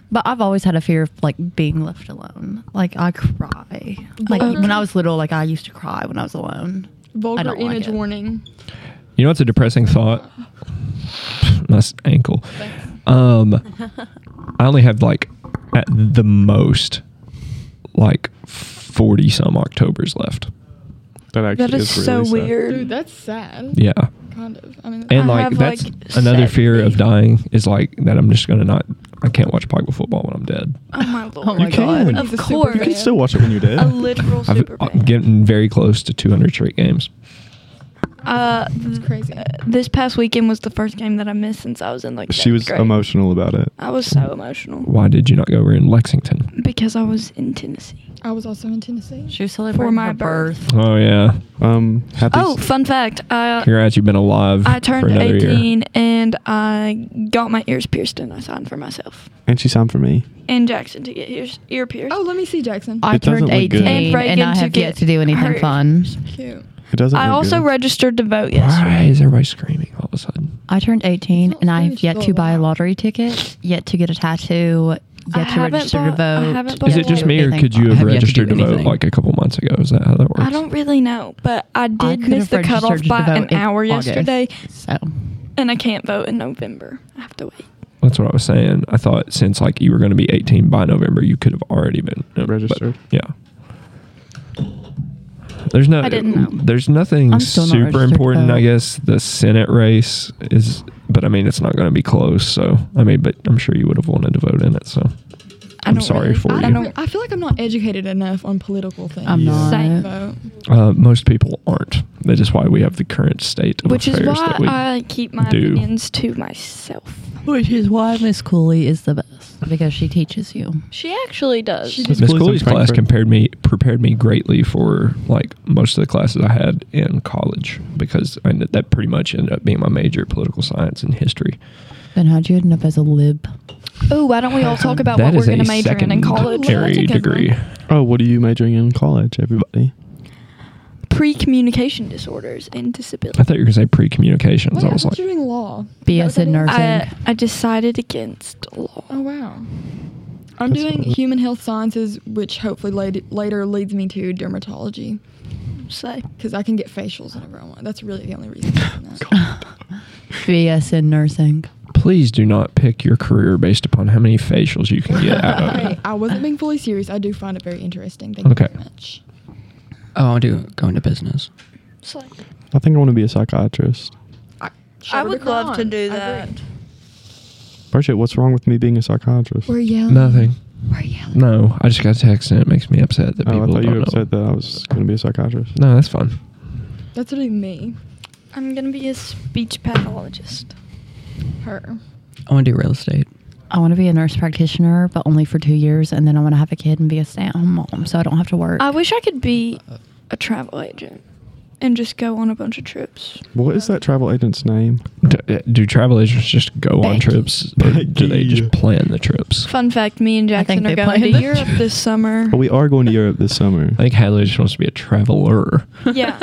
Speaker 3: But I've always had a fear of like being left alone. Like I cry. Like
Speaker 1: Mhm.
Speaker 3: when I was little, like I used to cry when I was alone.
Speaker 5: Vulgar
Speaker 3: don't like
Speaker 5: image
Speaker 3: it.
Speaker 5: warning.
Speaker 2: You know, it's a depressing thought. My s- ankle. Um, I only have like at the most like forty some October's left.
Speaker 4: That actually
Speaker 1: That is
Speaker 4: really
Speaker 1: so
Speaker 4: sad.
Speaker 1: weird.
Speaker 5: Dude, that's sad.
Speaker 2: Yeah,
Speaker 5: Kind of. I mean,
Speaker 2: and
Speaker 1: I
Speaker 2: like
Speaker 1: have,
Speaker 2: that's
Speaker 1: like,
Speaker 2: another fear of
Speaker 1: 70.
Speaker 2: dying is like that. I'm just gonna not. I can't watch Bible football when I'm dead.
Speaker 1: Oh my
Speaker 4: <laughs>
Speaker 1: lord.
Speaker 3: my You
Speaker 4: can. God.
Speaker 1: Of
Speaker 5: He's a
Speaker 1: course.
Speaker 5: superman.
Speaker 4: You can still watch it when you're dead.
Speaker 1: a literal
Speaker 2: I've
Speaker 1: super
Speaker 2: I'm getting very close to 200 straight games.
Speaker 1: Uh,
Speaker 5: It's crazy.
Speaker 1: uh, this past weekend was the first game that I missed since I was in like.
Speaker 4: she
Speaker 1: seventh
Speaker 4: was
Speaker 1: grade.
Speaker 4: emotional about it.
Speaker 1: I was so emotional
Speaker 2: Why did you not go over in Lexington?
Speaker 1: because I was in Tennessee.
Speaker 5: I was also in Tennessee.
Speaker 3: She was celebrating
Speaker 1: For my
Speaker 3: her birth.
Speaker 1: birth.
Speaker 2: Oh yeah,
Speaker 4: Um, happy.
Speaker 1: Oh, fun fact! I
Speaker 2: congrats, you've been alive.
Speaker 1: I
Speaker 2: for
Speaker 1: turned
Speaker 2: another
Speaker 1: 18
Speaker 2: Year.
Speaker 1: and I got my ears pierced and I signed for myself.
Speaker 4: and she signed for me.
Speaker 1: And Jackson to get ears, ear pierced.
Speaker 5: Oh, let me see Jackson.
Speaker 3: I
Speaker 4: It doesn't
Speaker 3: turned
Speaker 4: look good.
Speaker 3: 18
Speaker 4: And
Speaker 3: and,
Speaker 1: Reagan
Speaker 3: I
Speaker 1: took
Speaker 3: have
Speaker 1: it.
Speaker 3: yet to do anything
Speaker 1: Her-
Speaker 3: fun.
Speaker 5: Cute.
Speaker 4: It doesn't.
Speaker 1: I
Speaker 4: look
Speaker 1: also
Speaker 4: good.
Speaker 1: registered to vote yesterday.
Speaker 2: Why is everybody screaming all of a sudden?
Speaker 3: I turned 18
Speaker 5: It's not
Speaker 3: and I have
Speaker 5: finished,
Speaker 3: yet
Speaker 5: though,
Speaker 3: to buy a
Speaker 5: wow.
Speaker 3: lottery ticket, yet to get a tattoo,
Speaker 1: I
Speaker 3: yet to
Speaker 1: haven't
Speaker 3: register to
Speaker 1: bought- I
Speaker 3: vote.
Speaker 1: haven't
Speaker 3: yet
Speaker 1: bought
Speaker 2: Is
Speaker 1: Yeah,
Speaker 3: to
Speaker 2: it just
Speaker 3: do
Speaker 2: me, or
Speaker 3: anything
Speaker 2: could you
Speaker 3: fun.
Speaker 2: have
Speaker 6: Have you had to
Speaker 2: registered
Speaker 6: do
Speaker 2: to, vote
Speaker 6: anything?
Speaker 2: like a couple months ago? Is that how that works?
Speaker 1: I don't really know, but I
Speaker 3: I
Speaker 1: did
Speaker 3: could
Speaker 1: miss
Speaker 3: have
Speaker 1: the
Speaker 3: registered
Speaker 1: cutoff
Speaker 3: to
Speaker 1: by
Speaker 3: vote
Speaker 1: an
Speaker 3: in
Speaker 1: hour
Speaker 3: August.
Speaker 1: yesterday,
Speaker 3: So
Speaker 1: and I can't vote in November. I have to wait.
Speaker 2: That's what I was saying. I thought since like you were going to be 18 by November, you could have already been uh, but,
Speaker 4: Registered.
Speaker 2: yeah. There's no.
Speaker 1: I didn't know.
Speaker 2: There's nothing
Speaker 3: I'm still not
Speaker 2: super
Speaker 3: registered,
Speaker 2: important.
Speaker 3: though.
Speaker 2: I guess the Senate race is, but I mean it's not going to be close. So I mean, but I'm sure you would have wanted to vote in it. So
Speaker 1: I
Speaker 2: I'm
Speaker 1: don't
Speaker 2: sorry
Speaker 1: really-
Speaker 2: for
Speaker 5: I
Speaker 2: you.
Speaker 5: don't know. I feel like I'm not educated enough on political things.
Speaker 3: I'm
Speaker 4: Yeah.
Speaker 3: not.
Speaker 1: Same.
Speaker 5: Vote.
Speaker 2: Uh, most people aren't. That is why we have the current state of
Speaker 1: Which is
Speaker 2: affairs
Speaker 1: why
Speaker 2: that we
Speaker 1: I keep my
Speaker 2: do.
Speaker 1: opinions to myself.
Speaker 3: Which is why Miss Cooley is the best because she teaches you.
Speaker 1: She actually does.
Speaker 5: She
Speaker 2: Miss
Speaker 4: Miss Cooley's
Speaker 2: Cooley's class
Speaker 4: Frankfurt.
Speaker 2: compared me prepared me greatly for like most of the classes I had in college because I, kn- that pretty much ended up being my major political science and history.
Speaker 3: Then how'd you end up as a lib?
Speaker 1: Oh,
Speaker 3: <laughs>
Speaker 1: why don't we all talk about what
Speaker 2: That
Speaker 1: we're
Speaker 2: is
Speaker 1: going
Speaker 2: a
Speaker 1: to major in in college?
Speaker 5: Well, that's a
Speaker 2: secondary
Speaker 5: good
Speaker 2: degree.
Speaker 5: one.
Speaker 4: Oh, what are you majoring in college, everybody?
Speaker 1: Pre-communication disorders and
Speaker 2: I
Speaker 1: disabilities.
Speaker 2: thought you were gonna say pre-communications.
Speaker 5: Wait,
Speaker 2: I
Speaker 5: I
Speaker 2: was
Speaker 5: thought
Speaker 2: like,
Speaker 5: you were doing law.
Speaker 3: BS
Speaker 5: Is that
Speaker 3: in
Speaker 5: what that
Speaker 1: I,
Speaker 5: is?
Speaker 3: nursing.
Speaker 1: I decided against law.
Speaker 5: Oh wow. I'm
Speaker 4: That's
Speaker 5: doing
Speaker 4: cool.
Speaker 5: human health sciences, which hopefully later, later leads me to dermatology
Speaker 1: Say.
Speaker 5: because I can get facials whenever I want. That's really the only reason.
Speaker 3: <laughs>
Speaker 5: I'm doing that.
Speaker 3: BS in nursing.
Speaker 2: please do not pick your career based upon how many facials you can get out
Speaker 3: Uh.
Speaker 5: <laughs>
Speaker 2: of
Speaker 5: okay,
Speaker 2: it.
Speaker 5: I wasn't being fully serious. I do find it very interesting. Thank
Speaker 2: Okay.
Speaker 5: you very much.
Speaker 6: oh, I want to go into business.
Speaker 1: Say.
Speaker 4: I think I want to be a psychiatrist.
Speaker 5: I,
Speaker 1: I would love to do
Speaker 5: I
Speaker 1: that.
Speaker 5: agree.
Speaker 4: Bridget, what's wrong with me being a psychiatrist?
Speaker 5: We're yelling.
Speaker 2: Nothing.
Speaker 3: Where you at?
Speaker 2: No, I just got a text and it makes me upset that
Speaker 4: Oh, I
Speaker 2: people
Speaker 4: thought
Speaker 2: don't
Speaker 4: you were
Speaker 2: know.
Speaker 4: upset that I was going to be a psychiatrist.
Speaker 2: No, that's fine.
Speaker 5: That's really me.
Speaker 1: I'm gonna be a speech pathologist.
Speaker 5: Her.
Speaker 6: I want to do real estate.
Speaker 3: I want to be a nurse practitioner, but only for two years, and then I want to have a kid and be a stay-at-home mom, so I don't have to work.
Speaker 1: I wish I could be a travel agent and just go on a bunch of trips.
Speaker 4: What is that travel agent's name?
Speaker 2: Do, uh, do travel agents just go on
Speaker 3: Becky.
Speaker 2: trips, or do they
Speaker 4: Becky.
Speaker 2: just plan the trips?
Speaker 1: Fun fact: Me and
Speaker 3: I think
Speaker 1: Jackson are
Speaker 3: they
Speaker 1: going to
Speaker 3: planned it.
Speaker 1: Europe this summer.
Speaker 4: Well, Oh, we are going to Europe this summer.
Speaker 2: I think Hadley just wants to be a traveler.
Speaker 1: Yeah,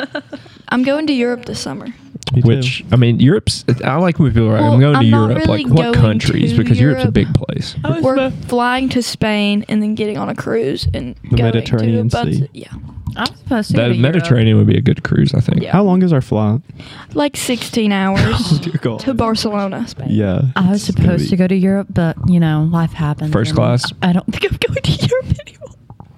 Speaker 1: I'm going to Europe this summer.
Speaker 4: Me too.
Speaker 2: Which I mean, Europe's. I like when people are. like, I'm
Speaker 1: Well,
Speaker 2: going to
Speaker 1: I'm not
Speaker 2: Europe.
Speaker 1: really
Speaker 2: like what
Speaker 1: going
Speaker 2: countries?
Speaker 1: to
Speaker 2: Because Europe's a
Speaker 1: Europe.
Speaker 2: big place.
Speaker 6: I was
Speaker 1: We're
Speaker 6: about-
Speaker 1: flying to Spain and then getting on a cruise and
Speaker 4: The
Speaker 1: going
Speaker 4: Mediterranean
Speaker 1: to a bunch
Speaker 4: Sea.
Speaker 1: Of, yeah,
Speaker 3: I'm supposed to. go
Speaker 2: That
Speaker 3: to Europe.
Speaker 2: Mediterranean would be a good cruise, I think.
Speaker 1: Yeah.
Speaker 4: How long is our flight?
Speaker 1: like 16 hours
Speaker 4: Oh, dear God.
Speaker 1: to Barcelona, Spain.
Speaker 4: Yeah.
Speaker 3: I was
Speaker 4: it's gonna
Speaker 3: supposed
Speaker 4: be-
Speaker 3: to go to Europe, but you know, life happens.
Speaker 2: First
Speaker 3: and
Speaker 2: class.
Speaker 3: I I don't think I'm <laughs> going to Europe anymore.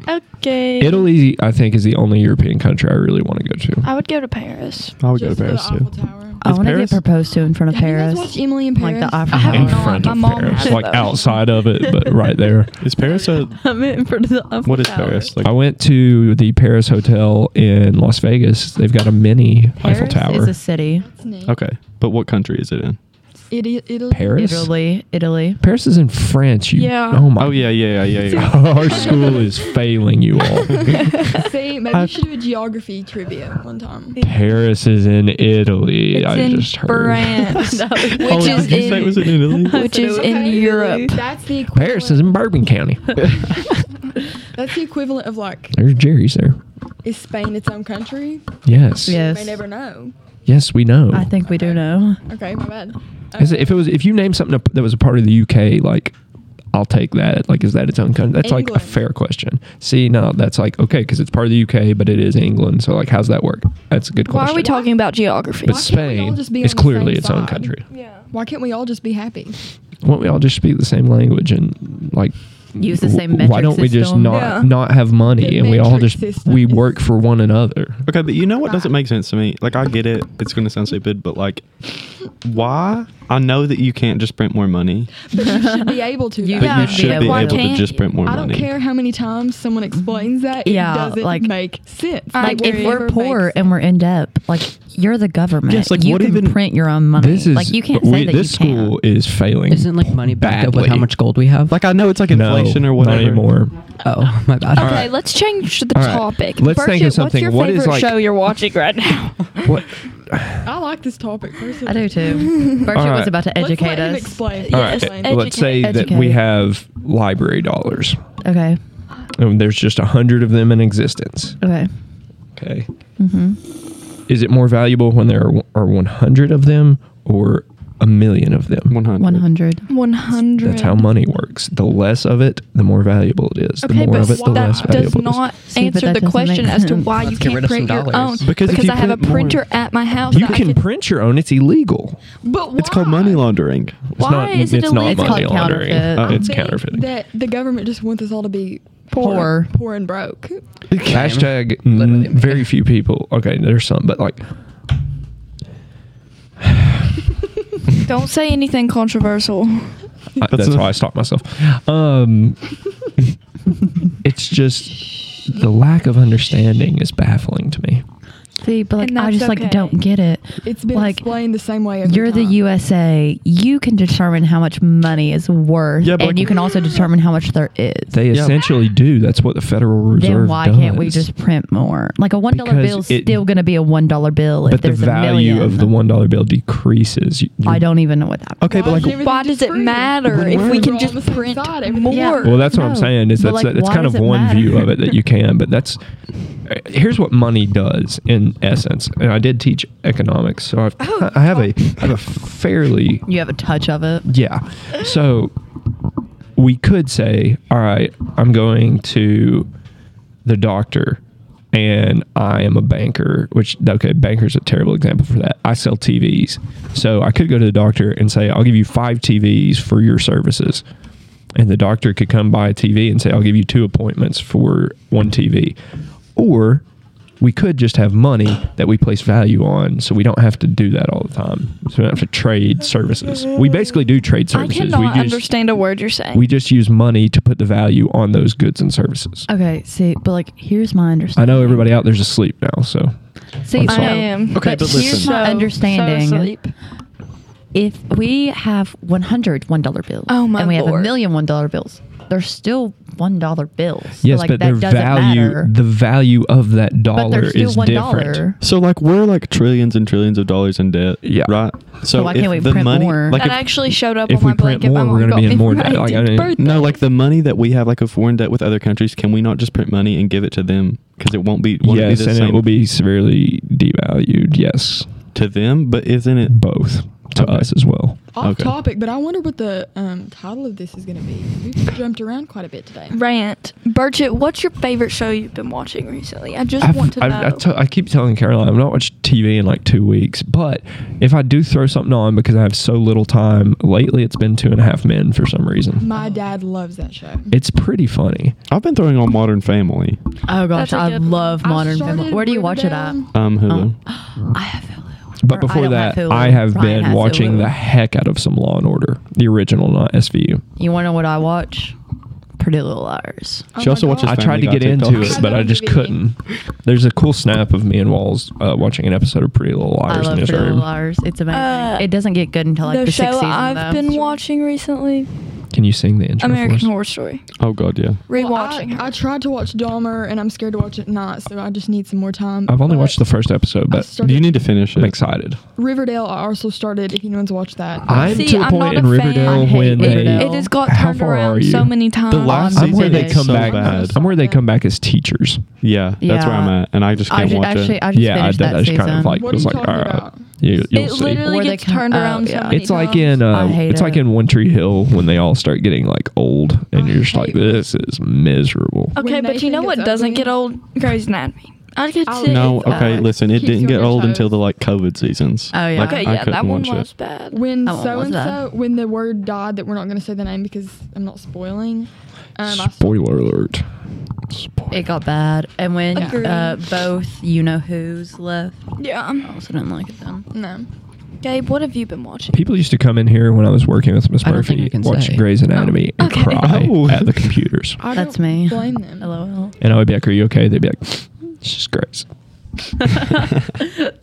Speaker 1: Okay.
Speaker 2: Italy, I think, is the only European country I really want to go to.
Speaker 1: I would go to Paris.
Speaker 4: I would go to
Speaker 5: Just
Speaker 4: Paris
Speaker 5: the Eiffel
Speaker 4: too.
Speaker 5: Tower.
Speaker 3: I want to
Speaker 4: Paris-
Speaker 3: get proposed to in front of
Speaker 5: Have you
Speaker 3: Paris.
Speaker 5: guys watched Emily in Paris?
Speaker 3: Like the Eiffel
Speaker 5: I have
Speaker 3: Tower.
Speaker 2: in
Speaker 5: not.
Speaker 2: front
Speaker 5: My
Speaker 2: of
Speaker 5: mom
Speaker 2: Paris,
Speaker 5: has
Speaker 2: like
Speaker 5: those.
Speaker 2: outside of it,
Speaker 5: <laughs>
Speaker 2: but right there.
Speaker 4: Is Paris a
Speaker 3: I'm in front of the Eiffel
Speaker 4: what is
Speaker 3: Tower.
Speaker 4: Paris? Like
Speaker 2: I went to the Paris Hotel in Las Vegas. They've got a mini Eiffel
Speaker 3: Paris is
Speaker 2: Tower.
Speaker 3: a city.
Speaker 5: That's neat.
Speaker 4: Okay. But what country is it in?
Speaker 5: Italy. Italy.
Speaker 2: Paris.
Speaker 3: Italy, Italy.
Speaker 2: Paris is in France. You,
Speaker 1: Yeah.
Speaker 2: Oh my.
Speaker 4: Oh yeah, yeah, yeah, yeah. yeah.
Speaker 2: <laughs> Our school is failing
Speaker 1: <laughs>
Speaker 2: you all.
Speaker 5: <laughs> See, maybe
Speaker 2: Uh,
Speaker 5: you should do a geography trivia one time.
Speaker 2: Paris is in Italy.
Speaker 1: It's
Speaker 2: I
Speaker 1: in
Speaker 2: just heard. <laughs>
Speaker 1: France,
Speaker 3: No.
Speaker 1: which
Speaker 3: Oh,
Speaker 1: is
Speaker 4: did you
Speaker 1: in
Speaker 4: say it was in Italy?
Speaker 1: <laughs> which is in
Speaker 5: Okay,
Speaker 1: Europe.
Speaker 5: That's the equivalent.
Speaker 2: Paris is in Bourbon
Speaker 1: <laughs>
Speaker 2: County.
Speaker 5: That's the equivalent <laughs> of like,
Speaker 2: There's Jerry's there.
Speaker 5: is Spain its own country?
Speaker 2: Yes.
Speaker 3: Yeah.
Speaker 5: You
Speaker 3: Yes.
Speaker 5: may never know.
Speaker 2: Yes, we know.
Speaker 3: I think we do know.
Speaker 5: Okay, my bad.
Speaker 2: Is it- if it was if you name something that was a part of the UK, like I'll take that. Like, is that its own country? That's like
Speaker 5: England.
Speaker 2: a fair question. See, no, that's like okay because it's part of the UK, but it is England. So like, how's that work? That's a good
Speaker 1: Why
Speaker 2: question.
Speaker 1: are we talking about geography?
Speaker 2: But
Speaker 5: Why can't we all
Speaker 2: Spain
Speaker 5: just be
Speaker 2: is
Speaker 5: on the
Speaker 2: clearly
Speaker 5: same
Speaker 2: its own
Speaker 5: side?
Speaker 2: country.
Speaker 1: yeah.
Speaker 5: Why can't we all just be happy?
Speaker 2: Won't we all just speak the same language and like?
Speaker 3: Use the same
Speaker 2: w- Why
Speaker 3: metric
Speaker 2: don't we just
Speaker 3: system.
Speaker 2: not
Speaker 1: Yeah.
Speaker 2: not have money
Speaker 5: The
Speaker 2: and we all
Speaker 5: metric
Speaker 2: just
Speaker 5: system
Speaker 2: we
Speaker 5: is-
Speaker 2: work for one another?
Speaker 4: Okay, but you know what doesn't make sense to me? Like, I get it. It's going to sound stupid, but like, why? I know that you can't just print more money,
Speaker 5: But you
Speaker 3: <laughs>
Speaker 5: should be able to.
Speaker 3: You
Speaker 5: though.
Speaker 4: but
Speaker 1: Yeah,
Speaker 4: you should be
Speaker 1: why
Speaker 4: able to
Speaker 1: can't
Speaker 4: just print more
Speaker 5: I don't
Speaker 4: money.
Speaker 5: care how many times someone explains that. It
Speaker 3: Yeah,
Speaker 5: doesn't
Speaker 3: like-
Speaker 5: make sense.
Speaker 3: Like if we're
Speaker 5: wherever
Speaker 3: poor
Speaker 5: makes
Speaker 3: and we're in debt, like you're the government.
Speaker 4: Yes, like,
Speaker 3: you
Speaker 4: what
Speaker 3: can
Speaker 4: even-
Speaker 3: print your own money.
Speaker 2: This is
Speaker 3: like you can't say
Speaker 2: we-
Speaker 3: that
Speaker 2: this
Speaker 3: you can't.
Speaker 2: school is failing.
Speaker 6: Isn't like money backed up with how
Speaker 2: badly.
Speaker 6: much gold we have?
Speaker 4: Like, I know it's like
Speaker 2: No,
Speaker 4: inflation or whatever.
Speaker 2: Not anymore.
Speaker 6: oh my bad.
Speaker 1: Okay, let's change the
Speaker 2: All right.
Speaker 1: topic.
Speaker 2: Let's think of
Speaker 1: What's
Speaker 2: something.
Speaker 1: your
Speaker 2: What is,
Speaker 1: favorite
Speaker 2: like-
Speaker 1: show you're watching right now?
Speaker 2: <laughs> What?
Speaker 5: sense. I like this topic personally.
Speaker 3: I do
Speaker 5: <laughs>
Speaker 3: too. Berkshire
Speaker 2: All right.
Speaker 3: was about to
Speaker 5: Let's
Speaker 3: educate
Speaker 5: let him
Speaker 3: us.
Speaker 5: explain.
Speaker 2: All
Speaker 1: Yes,
Speaker 2: right.
Speaker 1: educate-
Speaker 2: Let's say that we
Speaker 3: educate.
Speaker 2: have library dollars.
Speaker 3: Okay.
Speaker 2: And there's just a hundred of them in existence.
Speaker 3: Okay. Mm-hmm.
Speaker 2: Okay. Is it more valuable when there are- are 100 of them or a million of them?
Speaker 4: 100.
Speaker 3: One hundred.
Speaker 1: 100.
Speaker 2: That's how money works. The less of it, the more valuable it is.
Speaker 1: Okay,
Speaker 2: the more
Speaker 1: but
Speaker 2: of it, the
Speaker 5: that
Speaker 2: less
Speaker 1: that does
Speaker 2: valuable
Speaker 1: not
Speaker 2: it is.
Speaker 3: See, but
Speaker 1: answer
Speaker 3: that
Speaker 1: the
Speaker 3: doesn't
Speaker 1: question
Speaker 3: make
Speaker 1: as to
Speaker 3: sense.
Speaker 1: why you
Speaker 6: Let's get
Speaker 1: can't
Speaker 6: rid of some
Speaker 1: print your own.
Speaker 6: dollars.
Speaker 4: Because if you
Speaker 1: I have a
Speaker 4: print more-
Speaker 1: printer at my house.
Speaker 2: You
Speaker 1: that I
Speaker 2: can print your own. It's illegal.
Speaker 5: But why?
Speaker 4: It's called money laundering.
Speaker 2: It's
Speaker 1: Why
Speaker 2: not,
Speaker 1: is it
Speaker 2: it's not
Speaker 1: illegal?
Speaker 3: It's
Speaker 2: money
Speaker 3: called
Speaker 2: laundering. Uh,
Speaker 3: counterfeit.
Speaker 4: Oh.
Speaker 2: It's
Speaker 5: They-
Speaker 2: counterfeiting.
Speaker 5: That the government just wants us all to be poor,
Speaker 3: Poor.
Speaker 5: poor,
Speaker 3: <laughs>
Speaker 5: and broke.
Speaker 2: Hashtag n-
Speaker 6: Literally.
Speaker 2: very few people. Okay, there's some, but like <sighs>
Speaker 1: Don't say anything controversial.
Speaker 2: I,
Speaker 4: That's
Speaker 2: that's
Speaker 4: a-
Speaker 2: how I stop myself.
Speaker 4: <laughs>
Speaker 2: Um, it's just the lack of understanding is baffling to me.
Speaker 3: See, but like
Speaker 1: And
Speaker 3: I
Speaker 1: that's
Speaker 3: just
Speaker 1: okay.
Speaker 3: like don't get it.
Speaker 5: It's been
Speaker 3: like
Speaker 5: explained the same way. Every
Speaker 3: you're the
Speaker 5: time.
Speaker 3: USA. You can determine how much money is worth,
Speaker 4: Yeah, but
Speaker 3: and
Speaker 4: like-
Speaker 3: you can also determine how much there is.
Speaker 2: They
Speaker 4: Yeah.
Speaker 2: essentially do. That's what the Federal Reserve
Speaker 3: then why
Speaker 2: does.
Speaker 3: can't we just print more? Like a one dollar
Speaker 2: Because
Speaker 3: bill is
Speaker 2: it-
Speaker 3: still going to be a one dollar bill if
Speaker 2: But the
Speaker 3: there's a
Speaker 2: value
Speaker 3: million.
Speaker 2: of the one dollar bill decreases. You-
Speaker 3: I don't even know what that.
Speaker 4: Okay, but
Speaker 5: Why
Speaker 4: like,
Speaker 5: did everything
Speaker 1: Why
Speaker 5: just
Speaker 1: does it
Speaker 5: print?
Speaker 1: matter if
Speaker 4: We're
Speaker 1: we can
Speaker 5: all
Speaker 1: just
Speaker 5: on the same
Speaker 1: print
Speaker 5: side,
Speaker 1: more?
Speaker 5: everything- Yeah.
Speaker 2: Well, that's what I'm
Speaker 3: No.
Speaker 2: saying. Is
Speaker 3: But,
Speaker 2: that's
Speaker 3: like,
Speaker 2: that's
Speaker 3: why
Speaker 2: kind
Speaker 3: does
Speaker 2: of
Speaker 3: it
Speaker 2: one
Speaker 3: matter?
Speaker 2: view of it that you can. But that's uh, here's what money does in essence. And I did teach economics, so I've,
Speaker 1: Oh.
Speaker 2: I have a I have a fairly
Speaker 3: You have a touch of it.
Speaker 2: Yeah. So we could say, all right, I'm going to the doctor and I am a banker, which, okay, banker's a terrible example for that. I sell TVs. So I could go to the doctor and say, I'll give you five TVs for your services. And the doctor could come by a TV and say, I'll give you two appointments for one TV. Or we could just have money that we place value on, so we don't have to do that all the time. So we don't have to trade services. We basically do trade
Speaker 1: I
Speaker 2: services.
Speaker 1: cannot
Speaker 2: we just,
Speaker 1: understand a word you're saying.
Speaker 2: We just use money to put the value on those goods and services.
Speaker 3: Okay, see, but like, here's my
Speaker 2: I
Speaker 3: understanding.
Speaker 2: know everybody out there's asleep now, so
Speaker 3: See,
Speaker 2: I'm
Speaker 3: no,
Speaker 1: I am.
Speaker 4: Okay, but
Speaker 1: Here's
Speaker 4: listen.
Speaker 1: my
Speaker 3: So
Speaker 1: understanding.
Speaker 3: asleep. if we have 100 $1 bills
Speaker 1: Oh my
Speaker 3: and we have a
Speaker 1: lord.
Speaker 3: million $1 bills, they're still $1 bills. So,
Speaker 2: yes,
Speaker 3: like,
Speaker 2: but
Speaker 3: that
Speaker 2: their
Speaker 3: doesn't
Speaker 2: value,
Speaker 3: matter.
Speaker 2: the value of that
Speaker 3: but
Speaker 2: dollar
Speaker 3: they're still
Speaker 2: is
Speaker 3: $1.
Speaker 2: different.
Speaker 4: So like we're like trillions and trillions of dollars in debt.
Speaker 2: Yeah.
Speaker 4: Right. So
Speaker 3: why
Speaker 4: if
Speaker 3: can't we
Speaker 4: the
Speaker 3: print
Speaker 4: money,
Speaker 3: more?
Speaker 4: Like
Speaker 1: that
Speaker 4: if-
Speaker 1: actually showed up
Speaker 2: if
Speaker 1: on my
Speaker 2: we print
Speaker 1: blanket.
Speaker 2: more,
Speaker 1: my
Speaker 2: we're
Speaker 1: mom
Speaker 2: gonna be
Speaker 1: got
Speaker 2: in
Speaker 1: me <laughs>
Speaker 2: more
Speaker 1: for my
Speaker 2: debt. Like, I
Speaker 1: 18th
Speaker 2: mean-
Speaker 1: birthday.
Speaker 4: no, like the money that we have like a foreign debt with other countries. Can we not just print money and give it to them because it won't be won't it
Speaker 2: Yes,
Speaker 4: be the
Speaker 2: and
Speaker 4: same
Speaker 2: it will be severely devalued. Yes,
Speaker 4: to them? But isn't it?
Speaker 2: both to
Speaker 4: Okay.
Speaker 2: us as well.
Speaker 5: Off
Speaker 4: Okay.
Speaker 5: topic, but I wonder what the um, title of this is going to be. We've jumped around quite a bit today.
Speaker 1: Rant. Burchett, what's your favorite show you've been watching recently? I just
Speaker 2: I've-
Speaker 1: want to know.
Speaker 2: I, I, t- I keep telling Caroline I've not watched TV in like two weeks, but if I do throw something on because I have so little time lately, it's been Two and a Half Men for some reason.
Speaker 5: My dad loves that show.
Speaker 2: It's pretty funny.
Speaker 4: I've been throwing on Modern Family.
Speaker 3: Oh, gosh,
Speaker 1: That's a
Speaker 3: I
Speaker 1: good one.
Speaker 3: love
Speaker 5: I
Speaker 3: Modern
Speaker 5: started
Speaker 3: Family. Where do you
Speaker 5: with
Speaker 3: watch it at?
Speaker 5: them.
Speaker 4: Um, Hulu. <gasps>
Speaker 3: Oh, I have Hulu. Or
Speaker 2: But
Speaker 3: I
Speaker 2: before
Speaker 3: don't
Speaker 2: that,
Speaker 3: Hulu.
Speaker 2: I have
Speaker 3: Ryan
Speaker 2: been
Speaker 3: has
Speaker 2: watching
Speaker 3: Hulu.
Speaker 2: the heck out of some Law and Order, the original, not SVU.
Speaker 3: You want to know what I watch? Pretty Little Liars.
Speaker 5: Oh
Speaker 4: She
Speaker 5: my
Speaker 4: also
Speaker 5: God.
Speaker 4: watches
Speaker 2: I tried to
Speaker 4: Family
Speaker 2: get
Speaker 4: Guy
Speaker 2: into
Speaker 4: TikToks.
Speaker 2: it, but I just
Speaker 5: TV.
Speaker 2: couldn't. There's a cool snap of me and Walls uh, watching an episode of Pretty Little
Speaker 3: I
Speaker 2: Liars
Speaker 3: love
Speaker 2: in his
Speaker 3: Pretty Little
Speaker 2: room.
Speaker 3: Liars. It's amazing.
Speaker 1: Uh,
Speaker 3: it doesn't get good until like the,
Speaker 1: the show
Speaker 3: sixth season.
Speaker 1: I've
Speaker 3: though.
Speaker 1: been watching recently,
Speaker 2: Can you sing the intro?
Speaker 1: American
Speaker 2: for us?
Speaker 1: Horror Story.
Speaker 4: Oh God, yeah.
Speaker 5: Well,
Speaker 1: Rewatching.
Speaker 5: I,
Speaker 1: her.
Speaker 5: I tried to watch Dahmer, and I'm scared to watch it not, so I just need some more time.
Speaker 2: I've only
Speaker 5: But
Speaker 2: watched the first episode,
Speaker 5: I
Speaker 2: but
Speaker 5: started-
Speaker 4: Do you need to finish it?
Speaker 2: I'm excited.
Speaker 5: Riverdale. I also started. If anyone's watched that,
Speaker 2: I'm
Speaker 1: See,
Speaker 2: to a
Speaker 1: I'm
Speaker 2: point
Speaker 1: not
Speaker 2: in
Speaker 1: a
Speaker 2: Riverdale
Speaker 1: fan.
Speaker 3: I
Speaker 2: when
Speaker 3: hate
Speaker 2: they
Speaker 3: Riverdale.
Speaker 1: It has got
Speaker 2: How
Speaker 1: turned
Speaker 2: far are
Speaker 1: around
Speaker 2: you?
Speaker 1: so many times.
Speaker 4: last
Speaker 2: I'm where
Speaker 4: season
Speaker 2: they
Speaker 4: is
Speaker 2: come
Speaker 4: so
Speaker 2: back.
Speaker 4: bad.
Speaker 2: I'm where they come back as teachers.
Speaker 4: Yeah, that's where I'm
Speaker 3: Yeah.
Speaker 4: at, and I just
Speaker 3: I
Speaker 4: can't
Speaker 3: ju-
Speaker 4: watch
Speaker 3: actually,
Speaker 4: it.
Speaker 3: I just
Speaker 2: yeah, I,
Speaker 3: finished
Speaker 2: did-
Speaker 3: that
Speaker 2: I just
Speaker 3: season.
Speaker 2: kind of like
Speaker 5: What are
Speaker 2: was
Speaker 5: you
Speaker 2: like, all
Speaker 5: talking
Speaker 2: right,
Speaker 5: about?
Speaker 2: you, you'll
Speaker 1: it
Speaker 2: see.
Speaker 1: literally
Speaker 3: Where they
Speaker 1: gets
Speaker 3: come-
Speaker 1: turned
Speaker 3: oh,
Speaker 1: around so
Speaker 3: yeah.
Speaker 1: many
Speaker 2: it's like
Speaker 1: times.
Speaker 2: in uh,
Speaker 3: I hate
Speaker 2: it's like
Speaker 3: it.
Speaker 2: in One Tree Hill when they all start getting like old, and
Speaker 5: I
Speaker 2: you're just like,
Speaker 5: hate it.
Speaker 2: this is miserable.
Speaker 1: Okay,
Speaker 5: When
Speaker 1: but you
Speaker 5: Nathan
Speaker 1: know what
Speaker 5: gets
Speaker 1: doesn't
Speaker 5: ugly.
Speaker 1: get old? Grey's Anatomy. I could
Speaker 5: I'll-
Speaker 1: say
Speaker 4: No,
Speaker 1: it's
Speaker 4: okay,
Speaker 1: bad.
Speaker 4: listen, it
Speaker 5: keeps you
Speaker 4: didn't
Speaker 5: on
Speaker 4: get
Speaker 5: your
Speaker 4: old until
Speaker 5: toes.
Speaker 4: the like COVID seasons.
Speaker 3: Oh, yeah.
Speaker 4: Like,
Speaker 1: Okay,
Speaker 4: I
Speaker 1: yeah,
Speaker 4: couldn't
Speaker 1: that one
Speaker 4: watch it.
Speaker 1: was bad.
Speaker 5: when
Speaker 3: I won't
Speaker 5: so
Speaker 3: watch
Speaker 5: and so
Speaker 3: that.
Speaker 5: when the word died that we're not going to say the name because I'm not spoiling. Um, I saw-
Speaker 2: Spoiler alert.
Speaker 3: It got bad. And when
Speaker 1: Agreed.
Speaker 3: uh, both you know who's left, I
Speaker 1: yeah.
Speaker 3: also didn't like it then.
Speaker 5: no.
Speaker 1: Gabe, what have you been watching?
Speaker 2: People used to come in here when I was working with Miss
Speaker 3: I don't think
Speaker 2: Murphy,
Speaker 3: I can
Speaker 2: watch
Speaker 3: say.
Speaker 2: Grey's Anatomy, and
Speaker 1: okay.
Speaker 2: cry
Speaker 4: <laughs> Oh.
Speaker 2: at the
Speaker 3: <laughs>
Speaker 2: computers.
Speaker 5: I
Speaker 3: That's
Speaker 5: don't
Speaker 3: me.
Speaker 5: Blame
Speaker 3: <laughs>
Speaker 5: them.
Speaker 3: LOL.
Speaker 2: And I would be like, "Are you okay?" They'd be like, "It's just Grey's."
Speaker 3: <laughs>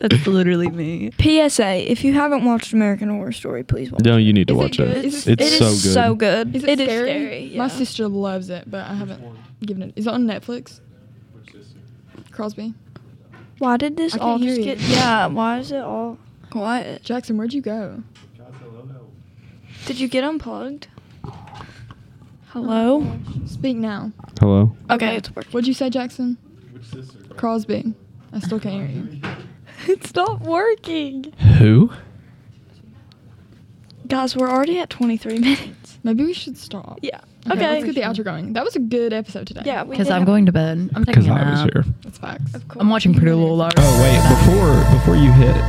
Speaker 4: <laughs>
Speaker 3: That's literally me.
Speaker 1: PSA: If you haven't watched American Horror Story, please watch.
Speaker 4: No,
Speaker 1: it.
Speaker 4: you need to
Speaker 5: Is it
Speaker 4: watch
Speaker 5: good?
Speaker 4: it.
Speaker 5: Is
Speaker 4: It's
Speaker 5: it-
Speaker 1: it
Speaker 4: so
Speaker 1: is
Speaker 4: good.
Speaker 1: so good.
Speaker 5: Is it, scary?
Speaker 1: yeah.
Speaker 5: My sister loves it, but I haven't given it. Is it on Netflix? Crosby.
Speaker 1: Why did this
Speaker 5: I can't
Speaker 1: all
Speaker 5: hear
Speaker 1: just
Speaker 5: you.
Speaker 1: get? Yeah. Why is it all quiet?
Speaker 5: Jackson, where'd you go?
Speaker 1: Did you get unplugged? Hello.
Speaker 5: Speak now.
Speaker 4: Hello.
Speaker 1: Okay, it's working.
Speaker 5: What'd you say, Jackson? Crosby. I still can't hear you.
Speaker 1: <laughs> It's not working.
Speaker 2: Who?
Speaker 1: Guys, we're already at 23 minutes.
Speaker 5: Maybe we should stop.
Speaker 1: Yeah.
Speaker 5: Okay.
Speaker 1: Okay.
Speaker 5: Let's get the outro going. That was a good episode today.
Speaker 1: Yeah, we
Speaker 3: Because
Speaker 1: did
Speaker 3: I'm
Speaker 1: have-
Speaker 3: going to bed. I'm
Speaker 2: Because
Speaker 3: taking a
Speaker 2: I was
Speaker 3: nap.
Speaker 2: here.
Speaker 5: That's facts.
Speaker 1: Of course.
Speaker 3: I'm watching Pretty Little Liars.
Speaker 2: Oh wait, before before you hit,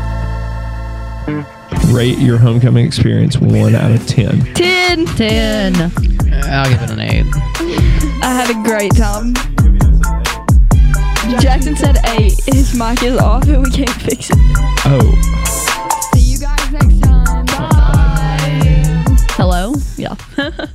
Speaker 2: rate your homecoming experience one out of ten.
Speaker 1: 10.
Speaker 3: Ten.
Speaker 6: I'll give it an eight.
Speaker 1: I had a great time. Jackson said 8. His mic is off and we can't fix it.
Speaker 2: Oh.
Speaker 5: See you guys next time. Bye.
Speaker 3: Hello. Yeah. <laughs>